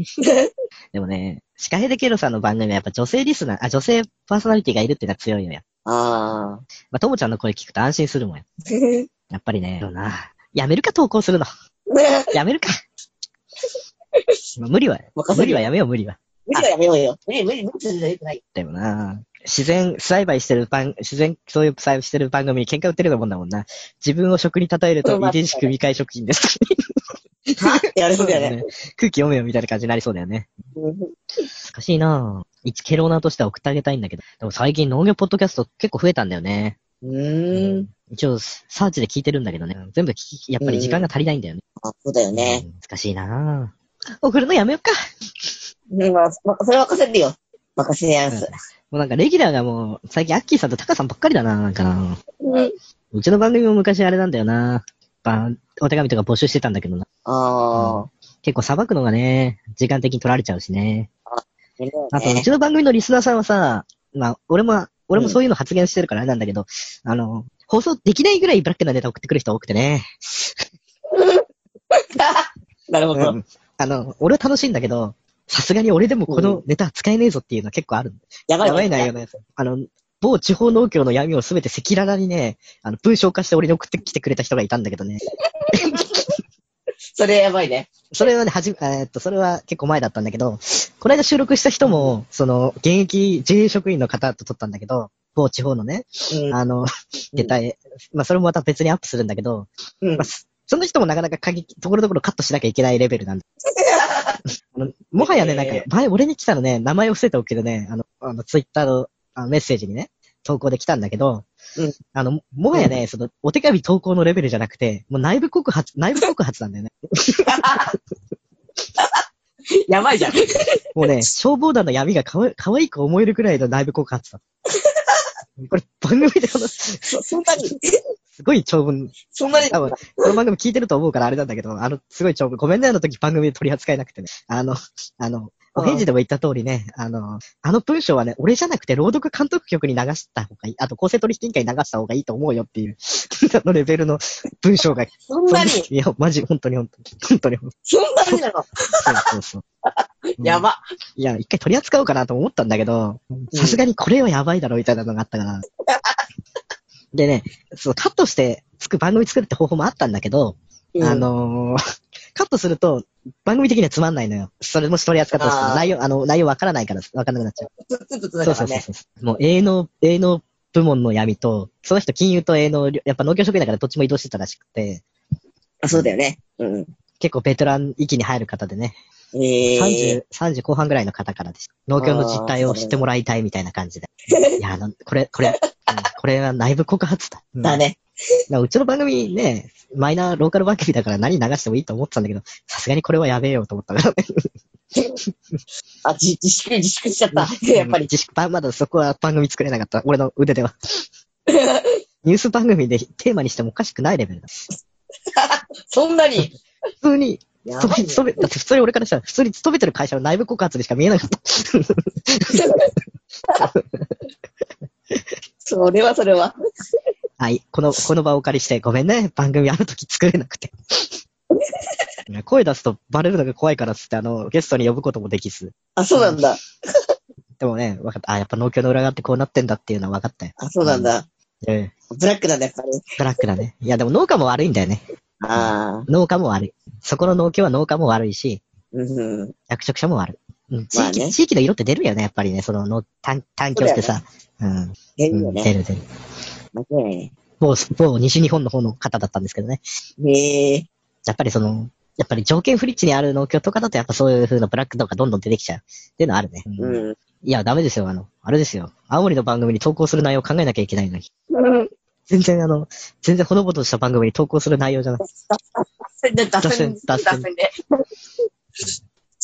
[SPEAKER 1] でもね、シカヘデケロさんの番組はやっぱ女性リスナー、あ、女性パーソナリティがいるっていうのは強いのよ。
[SPEAKER 2] ああ。
[SPEAKER 1] まあ、ともちゃんの声聞くと安心するもんや。
[SPEAKER 2] ね
[SPEAKER 1] やっぱりね、そうな。やめるか投稿するの。やめる か。まあ無理は、
[SPEAKER 2] 任
[SPEAKER 1] 無
[SPEAKER 2] せる
[SPEAKER 1] 理はやめよう、無理は。
[SPEAKER 2] 無理はやめようよ。無理、無理、無理するのよくない。
[SPEAKER 1] でもな、自然栽培してる番、自然、そういう栽培してる番組に喧嘩売ってるようなもんだもんな。自分を食に例えると
[SPEAKER 2] うんまあ
[SPEAKER 1] 遺伝子組み換え食品です。
[SPEAKER 2] はってやれそうだよね。
[SPEAKER 1] 空気読めよみたいな感じになりそうだよね。
[SPEAKER 2] うん
[SPEAKER 1] 難しいなぁ。一ケローナーとしては送ってあげたいんだけど。でも最近農業ポッドキャスト結構増えたんだよね。
[SPEAKER 2] うーん。
[SPEAKER 1] 一応、サーチで聞いてるんだけどね。全部聞き、やっぱり時間が足りないんだよね。
[SPEAKER 2] あ、そうだよね。
[SPEAKER 1] うん難しいなぁ。送るのやめよっか。
[SPEAKER 2] うん、まあ、まそれは任せるよ。任せやんす。
[SPEAKER 1] もうなんかレギュラーがもう、最近アッキーさんとタカさんばっかりだななんかな
[SPEAKER 2] うん。
[SPEAKER 1] うちの番組も昔あれなんだよなばお手紙とか募集してたんだけどな。
[SPEAKER 2] あ
[SPEAKER 1] 結構裁くのがね、時間的に取られちゃうしね。
[SPEAKER 2] あ。ね
[SPEAKER 1] あと、うちの番組のリスナーさんはさ、まあ、俺も、俺もそういうの発言してるからあれなんだけど、あの、放送できないぐらいブラックなネタ送ってくる人多くてね。
[SPEAKER 2] なるほど。
[SPEAKER 1] あの、俺は楽しいんだけど、さすがに俺でもこのネタ使えねえぞっていうの結構あるんだよ
[SPEAKER 2] やばい。
[SPEAKER 1] やばいな、やばいな。あの、某地方農協の闇をすべて赤裸々にね、あの、文章化して俺に送ってきてくれた人がいたんだけどね。
[SPEAKER 2] それやばいね。
[SPEAKER 1] それはね、はじ、えーっと、それは結構前だったんだけど、この間収録した人も、その、現役 JA 職員の方と撮ったんだけど、某地方のね、
[SPEAKER 2] うん
[SPEAKER 1] あの、出たい、まあ、それもまた別にアップするんだけど、
[SPEAKER 2] うん
[SPEAKER 1] まあ、すその人もなかなか過激、ところどころカットしなきゃいけないレベ ルなんだ。あのもはやね、なんか
[SPEAKER 2] えー、
[SPEAKER 1] 前、俺に来たのね、名前を伏せておくけどね、あの、あの、ツイッターのあのメッセージにね、投稿で来たんだけど、
[SPEAKER 2] うん
[SPEAKER 1] あの、ももはやね、その、お手紙投稿のレベルじゃなくて、もう内部告発、内部告発なんだよね。
[SPEAKER 2] やばいじゃん。
[SPEAKER 1] もうね、消防団の闇がかわ可愛く思えるくらいの内部告発だ った。これ、番組でこの、す
[SPEAKER 2] そ、そんなに、
[SPEAKER 1] ごい長文、
[SPEAKER 2] そんなに、
[SPEAKER 1] 多分この番組聞いてると思うからあれなんだけど、あの、すごい長文、ごめんね、あの時番組で取り扱えなくてね。あの、あの、お返事でも言った通りね、あの、あの文章はね、俺じゃなくて朗読監督局に流した方がいい、あと公正取引委員会に流した方がいいと思うよっていう、 あのレベルの文章が。
[SPEAKER 2] そんなに、
[SPEAKER 1] いや、マジ、本当に本当に。本当に本
[SPEAKER 2] そんなになの。
[SPEAKER 1] 当に。そうそうそ う。うん
[SPEAKER 2] やば。
[SPEAKER 1] いや、一回取り扱おうかなと思ったんだけど、さすがにこれはやばいだろみたいなのがあった から。でね、そう、カットしてつく番組作るって方法もあったんだけど、
[SPEAKER 2] うん
[SPEAKER 1] あ、のーカットすると番組的にはつまんないのよ。それもし取り扱ったとして
[SPEAKER 2] あ
[SPEAKER 1] も
[SPEAKER 2] ー
[SPEAKER 1] 内容、あの、内容わからないから、わからなくなっちゃう。
[SPEAKER 2] ちょっと
[SPEAKER 1] そ
[SPEAKER 2] だ
[SPEAKER 1] う
[SPEAKER 2] か
[SPEAKER 1] そ
[SPEAKER 2] ら
[SPEAKER 1] うそう
[SPEAKER 2] ね。
[SPEAKER 1] そう。もう営農、営農部門の闇と、その人金融と営農、やっぱ農業職員だからどっちも移動してたらしくて、
[SPEAKER 2] あ、そうだよね。うん。
[SPEAKER 1] 結構ベテラン域に入る方でね、
[SPEAKER 2] ええ。
[SPEAKER 1] 30、30後半ぐらいの方からです。農協の実態を知ってもらいたいみたいな感じで。いや、あの、これ、これ、うんこれは内部告発だ。うん
[SPEAKER 2] だ。ね。
[SPEAKER 1] だからうちの番組ね、マイナーローカル番組だから何流してもいいと思ってたんだけど、さすがにこれはやべえよと思ったからね。
[SPEAKER 2] あ、自自粛、自粛しちゃった。やっぱり。
[SPEAKER 1] 自粛、ままだそこは番組作れなかった。俺の腕では。ニュース番組でテーマにしてもおかしくないレベルだ。
[SPEAKER 2] そんなに。
[SPEAKER 1] 普通に、
[SPEAKER 2] や
[SPEAKER 1] 勤
[SPEAKER 2] ば
[SPEAKER 1] め、
[SPEAKER 2] いね。
[SPEAKER 1] 勤め、だって普通に俺からしたら、普通に勤めてる会社の内部告発でしか見えなかった。
[SPEAKER 2] それはそれは。
[SPEAKER 1] はい、この、この場をお借りして、ごめんね、番組あの時作れな くて。いや声出すとバレるのが怖いからっつって、あの、ゲストに呼ぶこともできず。
[SPEAKER 2] あ、そうなんだ。
[SPEAKER 1] でもね、分かった。あ、やっぱ農協の裏側ってこうなってんだっていうのは分かったよ。
[SPEAKER 2] あ、そうなんだ。
[SPEAKER 1] うん。
[SPEAKER 2] ブラックなんだ、やっぱり。
[SPEAKER 1] ブラックだね。いや、でも農家も悪いんだよね。
[SPEAKER 2] ああ。
[SPEAKER 1] 農家も悪い。そこの農協は農家も悪いし、
[SPEAKER 2] うん。
[SPEAKER 1] 役職者も悪い。うん、地
[SPEAKER 2] まあ
[SPEAKER 1] 域、
[SPEAKER 2] ね
[SPEAKER 1] 地域の色って出るよね、やっぱりね、その、の単、単教ってさ。
[SPEAKER 2] 出
[SPEAKER 1] う
[SPEAKER 2] る
[SPEAKER 1] ん、う
[SPEAKER 2] よ
[SPEAKER 1] ん、出
[SPEAKER 2] ね。
[SPEAKER 1] る出る。
[SPEAKER 2] 間違いないね。
[SPEAKER 1] 某、某西日本の方の方だったんですけどね。
[SPEAKER 2] ええ。
[SPEAKER 1] やっぱりその、やっぱり条件不立地にある農協とかだと、やっぱそういう風なブラックとかどんどん出てきちゃう。っていうのはあるね。い
[SPEAKER 2] うん。
[SPEAKER 1] や、ダメですよ、あの、あれですよ。青森の番組に投稿する内容を考えなきゃいけないのに。全然あの、全然ほのぼのとした番組に投稿する内容じゃない。
[SPEAKER 2] 脱線、脱線。で。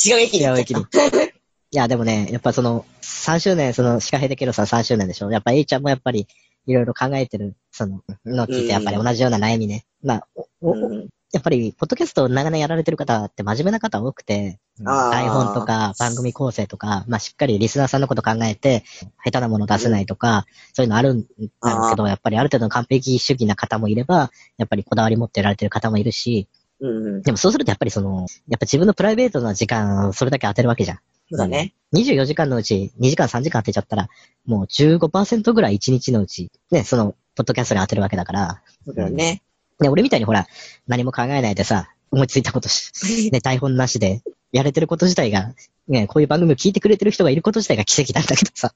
[SPEAKER 2] 違う駅に
[SPEAKER 1] 違
[SPEAKER 2] 行っ
[SPEAKER 1] う
[SPEAKER 2] ちゃ
[SPEAKER 1] 駅に。いや、でもね、やっぱその、3周年、その、シカヘデケロさん3周年でしょ。やっぱ A ちゃんもやっぱり、いろいろ考えてる、その、のを聞いて、やっぱり同じような悩みね。まあ、おお
[SPEAKER 2] う
[SPEAKER 1] お
[SPEAKER 2] ん
[SPEAKER 1] やっぱり、ポッドキャストを長年やられてる方って真面目な方多くて、うん
[SPEAKER 2] あー
[SPEAKER 1] 台本とか番組構成とか、まあ、しっかりリスナーさんのこと考えて、下手なもの出せないとか、そういうのあるんなんですけど、やっぱりある程度の完璧主義な方もいれば、やっぱりこだわり持ってやられてる方もいるし、
[SPEAKER 2] うん。
[SPEAKER 1] でもそうするとやっぱりその、やっぱ自分のプライベートな時間、それだけ当てるわけじゃん。
[SPEAKER 2] そうだね。
[SPEAKER 1] 24時間のうち2時間3時間当てちゃったら、もう15%ぐらい1日のうち、ね、その、ポッドキャストに当てるわけだから、
[SPEAKER 2] そうだよね。
[SPEAKER 1] ね、俺みたいにほら、何も考えないでさ、思いついたこと し、ね、台本なしで、やれてること自体が、ね、こういう番組を聞いてくれてる人がいること自体が奇跡なんだけどさ。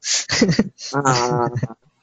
[SPEAKER 2] ああ。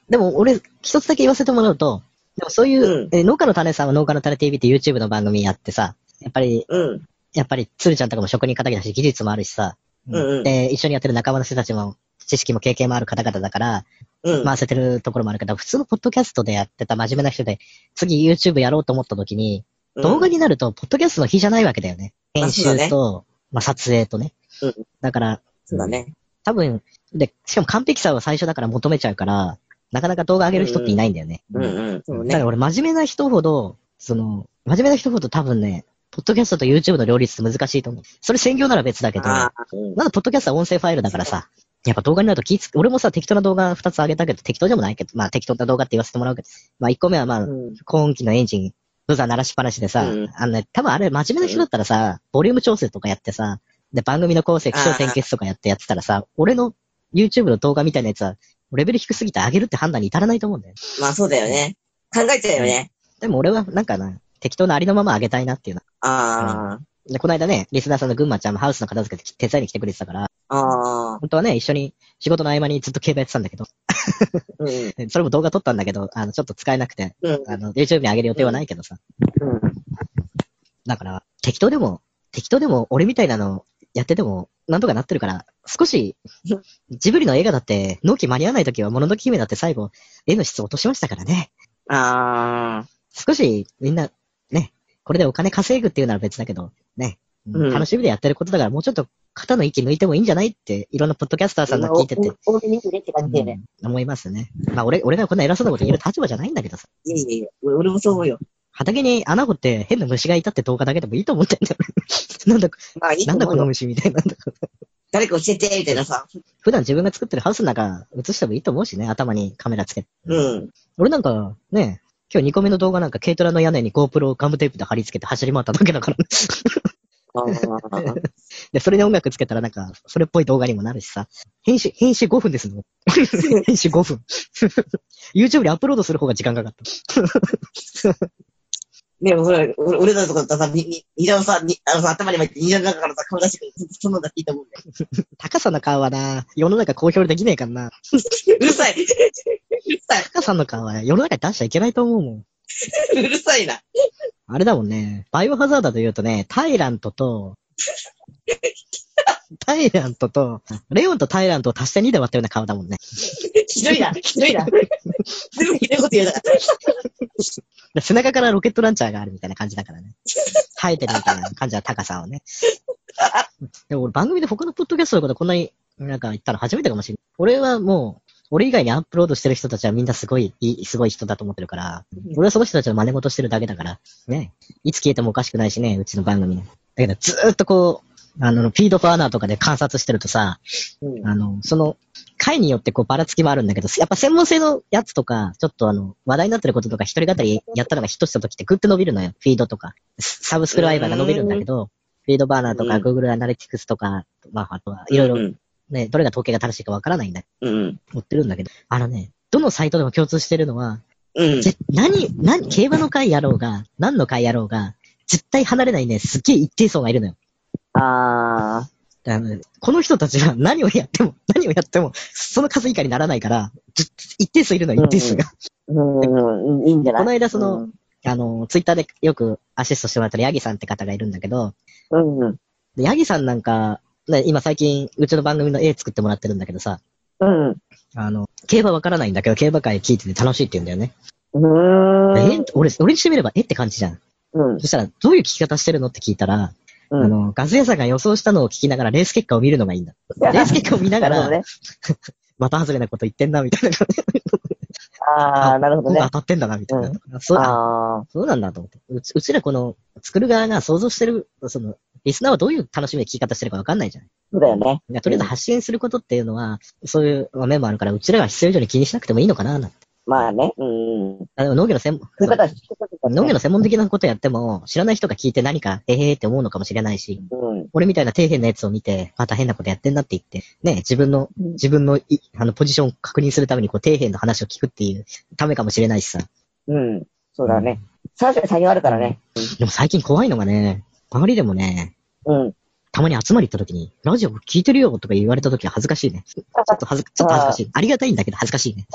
[SPEAKER 1] でも俺、一つだけ言わせてもらうと、でもそういう、
[SPEAKER 2] うん
[SPEAKER 1] え農家の種さんは農家の種 TV って YouTube の番組やってさ、やっぱり、
[SPEAKER 2] うん。
[SPEAKER 1] やっぱり、鶴ちゃんとかも職人仇だし、技術もあるしさ、
[SPEAKER 2] うんうん
[SPEAKER 1] で、一緒にやってる仲間の人たちも、知識も経験もある方々だから、
[SPEAKER 2] うん。
[SPEAKER 1] 回せてるところもあるけど、普通のポッドキャストでやってた真面目な人で、次 YouTube やろうと思った時に、動画になると、ポッドキャストの日じゃないわけだよね。
[SPEAKER 2] まあ
[SPEAKER 1] 編
[SPEAKER 2] そうだね
[SPEAKER 1] 集と、まあ、撮影とね。
[SPEAKER 2] うん
[SPEAKER 1] だから、
[SPEAKER 2] そうだね。
[SPEAKER 1] 多分、で、しかも完璧さを最初だから求めちゃうから、なかなか動画上げる人っていないんだよね。
[SPEAKER 2] うんうん。そ
[SPEAKER 1] だ
[SPEAKER 2] う
[SPEAKER 1] か
[SPEAKER 2] ね。
[SPEAKER 1] ら俺、真面目な人ほど、その、真面目な人ほど多分ね、ポッドキャストと YouTube の両立って難しいと思う。それ専業なら別だけど、ま
[SPEAKER 2] ああ。うん
[SPEAKER 1] だポッドキャストは音声ファイルだからさ、やっぱ動画になると気ぃつく、俺もさ、適当な動画2つ上げたけど、適当でもないけど、まあ適当な動画って言わせてもらうけど、まあ1個目はまあ、
[SPEAKER 2] うん
[SPEAKER 1] 今期のエンジン、ブザー鳴らしっぱなしでさ、
[SPEAKER 2] うん
[SPEAKER 1] あのね、多分あれ真面目な人だったらさ、ボリューム調整とかやってさ、で、番組の構成、気象点結とかやってやってたらさ、俺の YouTube の動画みたいなやつは、レベル低すぎて上げるって判断に至らないと思うんだよね
[SPEAKER 2] まあそうだよね。考えちゃうよね。
[SPEAKER 1] でも俺はなんかな、適当なありのままあげたいなっていうな。
[SPEAKER 2] あ
[SPEAKER 1] で、この間ね、リスナーさんの群馬ちゃんもハウスの片付けて手伝いに来てくれてたから、
[SPEAKER 2] あ。ああ。
[SPEAKER 1] 本当はね、一緒に仕事の合間にずっと競馬やってたんだけど、
[SPEAKER 2] うん。
[SPEAKER 1] それも動画撮ったんだけど、あの、ちょっと使えなくて、
[SPEAKER 2] うん。
[SPEAKER 1] あの、YouTube に上げる予定はないけどさ。
[SPEAKER 2] うん。
[SPEAKER 1] だから、適当でも、適当でも俺みたいなのやってても、なんとかなってるから、少し、ジブリの映画だって、納期間に合わない時は、もののけ姫だって最後、絵の質落としましたからね。
[SPEAKER 2] ああ。
[SPEAKER 1] 少しみんな、ね、これでお金稼ぐっていうなら別だけど、ね、
[SPEAKER 2] うん
[SPEAKER 1] 楽しみでやってることだからもうちょっと肩の息抜いてもいいんじゃないって、いろんなポッドキャスターさんが聞いてて、
[SPEAKER 2] 多めにくれって感じだよね。
[SPEAKER 1] うん思いますね。まあ俺、俺がこんな偉そうなこと言える立場じゃないんだけどさ、
[SPEAKER 2] いやいやいや、俺俺もそう思うよ。
[SPEAKER 1] 畑に穴掘って変な虫がいたって動画だけでもいいと思ってんだよ。なんだ、
[SPEAKER 2] まあいい
[SPEAKER 1] な
[SPEAKER 2] と
[SPEAKER 1] んだ
[SPEAKER 2] 思
[SPEAKER 1] こ
[SPEAKER 2] う
[SPEAKER 1] の
[SPEAKER 2] よ。
[SPEAKER 1] 虫みたいな。
[SPEAKER 2] 誰か教えて、みたいなさ。
[SPEAKER 1] 普段自分が作ってるハウスの中映してもいいと思うしね、頭にカメラつけて。
[SPEAKER 2] うん。
[SPEAKER 1] 俺なんか、ね、今日2個目の動画なんか軽トラの屋根に GoPro をガムテープで貼り付けて走り回っただけだからね。
[SPEAKER 2] ああ。
[SPEAKER 1] で、それで音楽つけたらなんか、それっぽい動画にもなるしさ。編集、編集5分ですの。 編集5分。YouTube にアップロードする方が時間かかった。
[SPEAKER 2] ねほら、俺俺らとかだったらさ、に、に、二段さ、に、あのさ、頭に巻いて二段だからさ、顔出してくる。そんなんだっていいと思うんだよ。
[SPEAKER 1] 高さの顔はな、世の中公表できねえからな。
[SPEAKER 2] うるさい。うるさい。
[SPEAKER 1] 高さの顔は世の中に出しちゃいけないと思うもん。
[SPEAKER 2] うるさいな。
[SPEAKER 1] あれだもんね。バイオハザードで言うとね、タイラントと、タイラントと、レオンとタイラントを足して2で割ったような顔だもんね。
[SPEAKER 2] ひどいな。ひどいな。全部ひどいこと言うな。
[SPEAKER 1] で背中からロケットランチャーがあるみたいな感じだからね。生えてるみたいな感じの高さをね。でも俺番組で他のポッドキャストのことこんなになんか言ったの初めてかもしれない。俺はもう、俺以外にアップロードしてる人たちはみんなすごい、いいすごい人だと思ってるから、俺はその人たちの真似事してるだけだから、ね。いつ消えてもおかしくないしね、うちの番組ね。だけどずーっとこう、あの、フィードファーナーとかで観察してるとさ、
[SPEAKER 2] うん
[SPEAKER 1] あの、その、回によってこうばらつきもあるんだけど、やっぱ専門性のやつとか、ちょっとあの、話題になってることとか、一人語りやったのがヒットした時ってグッと伸びるのよ。フィードとか。サブスクライバーが伸びるんだけど、フィードバーナーとか、
[SPEAKER 2] うん
[SPEAKER 1] Google アナリティクスとか、まあ、あとは、いろいろ
[SPEAKER 2] うん。
[SPEAKER 1] ね、どれが統計が正しいかわからないんだ、
[SPEAKER 2] うん。
[SPEAKER 1] 持ってるんだけど、あのね、どのサイトでも共通してるのは、
[SPEAKER 2] うん。
[SPEAKER 1] ぜ何、何、競馬の回やろうが、何の回やろうが、絶対離れないね、すっげえ一定層がいるのよ。
[SPEAKER 2] あ
[SPEAKER 1] あのこの人たちは何をやっても、 何をやっても、その数以下にならないから、ず一定数いるのは一定数が。
[SPEAKER 2] ー。うん。いいんじゃない
[SPEAKER 1] この間その、あの、ツイッターでよくアシストしてもらってるヤギさんって方がいるんだけど、
[SPEAKER 2] うん。うん。
[SPEAKER 1] でヤギさんなんか、ね、今最近、うちの番組の絵作ってもらってるんだけどさ、
[SPEAKER 2] うん。
[SPEAKER 1] あの、競馬わからないんだけど、競馬会聞いてて楽しいって言うんだよね。
[SPEAKER 2] う
[SPEAKER 1] え
[SPEAKER 2] ん。
[SPEAKER 1] 俺、俺にしてみれば、えって感じじゃん。
[SPEAKER 2] うん。
[SPEAKER 1] そしたら、どういう聞き方してるのって聞いたら、
[SPEAKER 2] う
[SPEAKER 1] あ
[SPEAKER 2] ん。
[SPEAKER 1] の、ガズ屋さんが予想したのを聞きながらレース結果を見るのがいいんだ。レース結果を見なが
[SPEAKER 2] なるほ
[SPEAKER 1] ら、
[SPEAKER 2] どね。
[SPEAKER 1] また外れなこと言ってんな、みたいな。
[SPEAKER 2] ああ、なるほど
[SPEAKER 1] 今度当。
[SPEAKER 2] ね
[SPEAKER 1] たってんだな、みたいな。
[SPEAKER 2] う
[SPEAKER 1] そうあ
[SPEAKER 2] あ
[SPEAKER 1] そうなんだと思って。うち、うちらこの、作る側が想像してる、その、リスナーはどういう楽しみで聞き方してるかわかんないじゃない。
[SPEAKER 2] ーそうだよね。
[SPEAKER 1] いやとりあえず発信することっていうのは、そういうまあ面もあるから、うちらが必要以上に気にしなくてもいいのかな、なんて。
[SPEAKER 2] まあね。うん。
[SPEAKER 1] あでも農業の専門、
[SPEAKER 2] そういう方は知ってたけどね
[SPEAKER 1] 農業の専門的なことやっても、知らない人が聞いて何か、えへーって思うのかもしれないし、
[SPEAKER 2] うん。
[SPEAKER 1] 俺みたいな底辺なやつを見て、また変なことやってんなって言って、ね、自分の、自分のい、あの、ポジションを確認するために、こう、底辺の話を聞くっていうためかもしれないしさ。
[SPEAKER 2] うん。そうだね。さらに作業あるからね。
[SPEAKER 1] でも最近怖いのがね、周りでもね、
[SPEAKER 2] うん。
[SPEAKER 1] たまに集まり行った時に、ラジオ聞いてるよとか言われた時は恥ずかしいね。ちょっと恥ず、ちょっと恥ずかしい。ありがたいんだけど恥ずかしいね。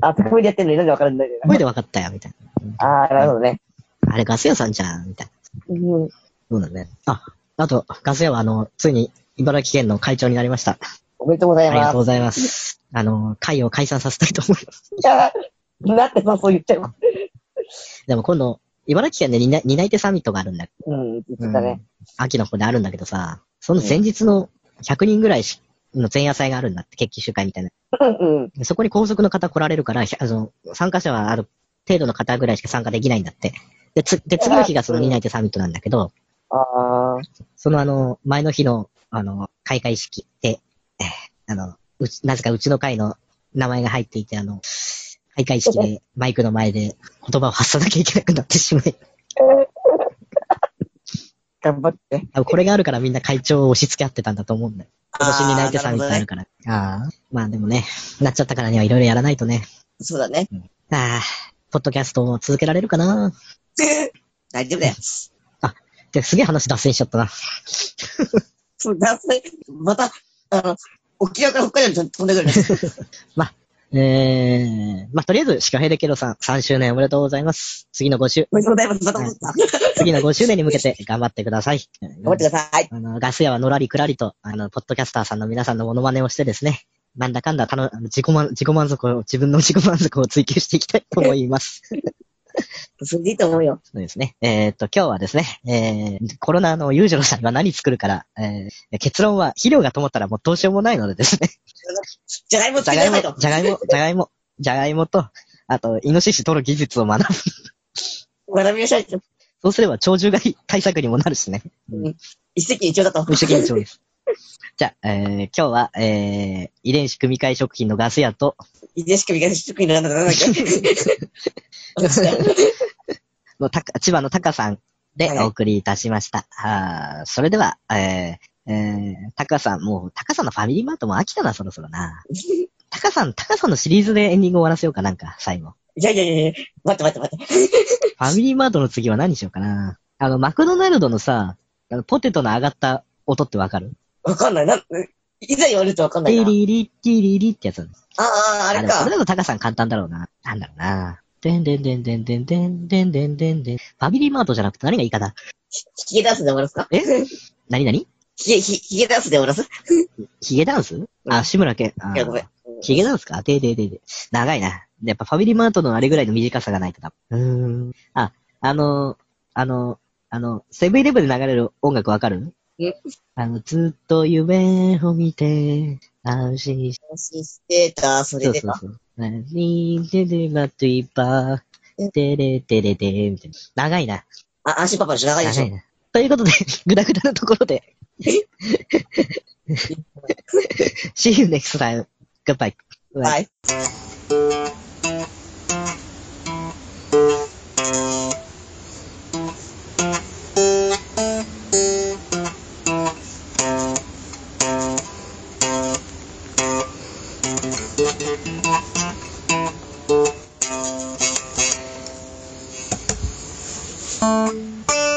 [SPEAKER 2] あ、手紙でやってるのになんでわかるんだけど
[SPEAKER 1] 声で分かったよ、みたい
[SPEAKER 2] ああ、なるほどね。
[SPEAKER 1] な。あれガス屋さんじゃん、みたいな。
[SPEAKER 2] うん。
[SPEAKER 1] そうだね。あ、あと、ガス屋はあの、ついに茨城県の会長になりました。
[SPEAKER 2] おめでとうござ
[SPEAKER 1] あ
[SPEAKER 2] い
[SPEAKER 1] りがとう
[SPEAKER 2] ま
[SPEAKER 1] ございます。あの、会を解散させたいと思います。
[SPEAKER 2] す。いや、なんでまあそう言っちゃう。
[SPEAKER 1] でも今度、茨城県で担い担い手サミットがあるんだけ
[SPEAKER 2] うん、言って
[SPEAKER 1] ど、
[SPEAKER 2] たね。
[SPEAKER 1] 秋の方であるんだけどさ、その前日の100人ぐらいしの前夜祭があるんだって、決起集会みたいな。
[SPEAKER 2] うん。
[SPEAKER 1] そこに高速の方来られるから、ひゃあの、参加者はある程度の方ぐらいしか参加できないんだって。で、つ、で、次の日がその担い手サミットなんだけど、
[SPEAKER 2] ああ、
[SPEAKER 1] そのあの、前の日の、あの、開会式で、えーあの、うち、なぜかうちの会の名前が入っていて、あの、開会式でマイクの前で言葉を発さなきゃいけなくなってしまい、
[SPEAKER 2] 頑張って。
[SPEAKER 1] 多分これがあるからみんな会長を押し付け合ってたんだと思うんだよ。今年担い手サミットあるから。ああ。まあでもね、なっちゃったからにはいろいろやらないとね。
[SPEAKER 2] そうだね。
[SPEAKER 1] ああ、ポッドキャストを続けられるかな
[SPEAKER 2] 大丈夫だよ。
[SPEAKER 1] で、すげえ話脱線しちゃったな。
[SPEAKER 2] そうだね。また、あの、沖縄から北海道に飛んでくるね。
[SPEAKER 1] ええまあ、とりあえず、シカヘデケロさん、3周年おめでとうございます。次の5周、
[SPEAKER 2] おめでとうございます。また戻った。頑
[SPEAKER 1] 次の5周年に向けて頑張ってください。
[SPEAKER 2] 張ってください。
[SPEAKER 1] あの、ガス屋はのらりくらりと、あの、ポッドキャスターさんの皆さんのモノマネをしてですね、なんだかんだ、たの、あの自己満、自己満足を、自分の自己満足を追求していきたいと思います。
[SPEAKER 2] それでいいと思うよ。
[SPEAKER 1] そうですね。えーっと、今日はですね、えー、コロナの裕次郎さんは何作るから、えー、結論は、肥料が灯ったらもうどうしようもないのでですね、
[SPEAKER 2] じゃがいも
[SPEAKER 1] じ
[SPEAKER 2] つけ
[SPEAKER 1] ゃ
[SPEAKER 2] て
[SPEAKER 1] がい
[SPEAKER 2] くだ
[SPEAKER 1] も
[SPEAKER 2] さいと、。
[SPEAKER 1] じゃがいも、じゃがいも、じゃがいもと、あと、イノシシ取る技術を学ぶ。
[SPEAKER 2] 学びなさいと。
[SPEAKER 1] そうすれば鳥獣害対策にもなるし ね。
[SPEAKER 2] 一石二鳥だと。
[SPEAKER 1] 一石二鳥です。じゃあ、えー、今日は、えー、遺伝子組み換え食品のガス屋と、
[SPEAKER 2] 遺伝子組み換え職員のなんだなんだっけ。私ね
[SPEAKER 1] のたか千葉のタカさんで
[SPEAKER 2] はい
[SPEAKER 1] お送りいたしました。あーそれでは、えー、えー、タカさん、もう、タカさんのファミリーマートも飽きたな、そろそろ な。タカさん、タカさんのシリーズでエンディング終わらせようかなんか、最後。
[SPEAKER 2] いやいやいやいや、待って待って待って。
[SPEAKER 1] ファミリーマートの次は何しようかな。あの、マクドナルドのさ、あのポテトの上がった音ってわかる
[SPEAKER 2] わかんない。なん、いざ言われるとわかんない
[SPEAKER 1] リ
[SPEAKER 2] な。
[SPEAKER 1] リリ、リリリってやつなんです
[SPEAKER 2] ああ、あれ
[SPEAKER 1] でもそれ
[SPEAKER 2] か。
[SPEAKER 1] だと高さん簡単だろうな。なんだろうな。でんでんでんでんでんでんでんでんでんでん。ファミリーマートじゃなくて何がいいかな
[SPEAKER 2] ヒゲダンスで終わらすか
[SPEAKER 1] え何何
[SPEAKER 2] ヒゲ、ヒヒゲダンスで終わらす
[SPEAKER 1] ヒゲダンスあ、志村けん。あ
[SPEAKER 2] いや、ごめん。
[SPEAKER 1] ヒゲダンスかでででで。長いな。でやっぱファミリーマートのあれぐらいの短さがないとな。うーん。あ、あのー、あのー、あの、セブンイレブンで流れる音楽わかる
[SPEAKER 2] え
[SPEAKER 1] あの、ずっと夢を見て、安心し
[SPEAKER 2] 安心してた、
[SPEAKER 1] そ
[SPEAKER 2] それ
[SPEAKER 1] う
[SPEAKER 2] で
[SPEAKER 1] そう
[SPEAKER 2] か。
[SPEAKER 1] そう。何ででまといば、てれてれてれ、みたいな。長いな。
[SPEAKER 2] あ、安心パパの人長いでし
[SPEAKER 1] 長
[SPEAKER 2] ょ
[SPEAKER 1] い。な。ということで、 ぐだぐだなところで。See you next time. Goodbye.
[SPEAKER 2] はい。
[SPEAKER 3] 「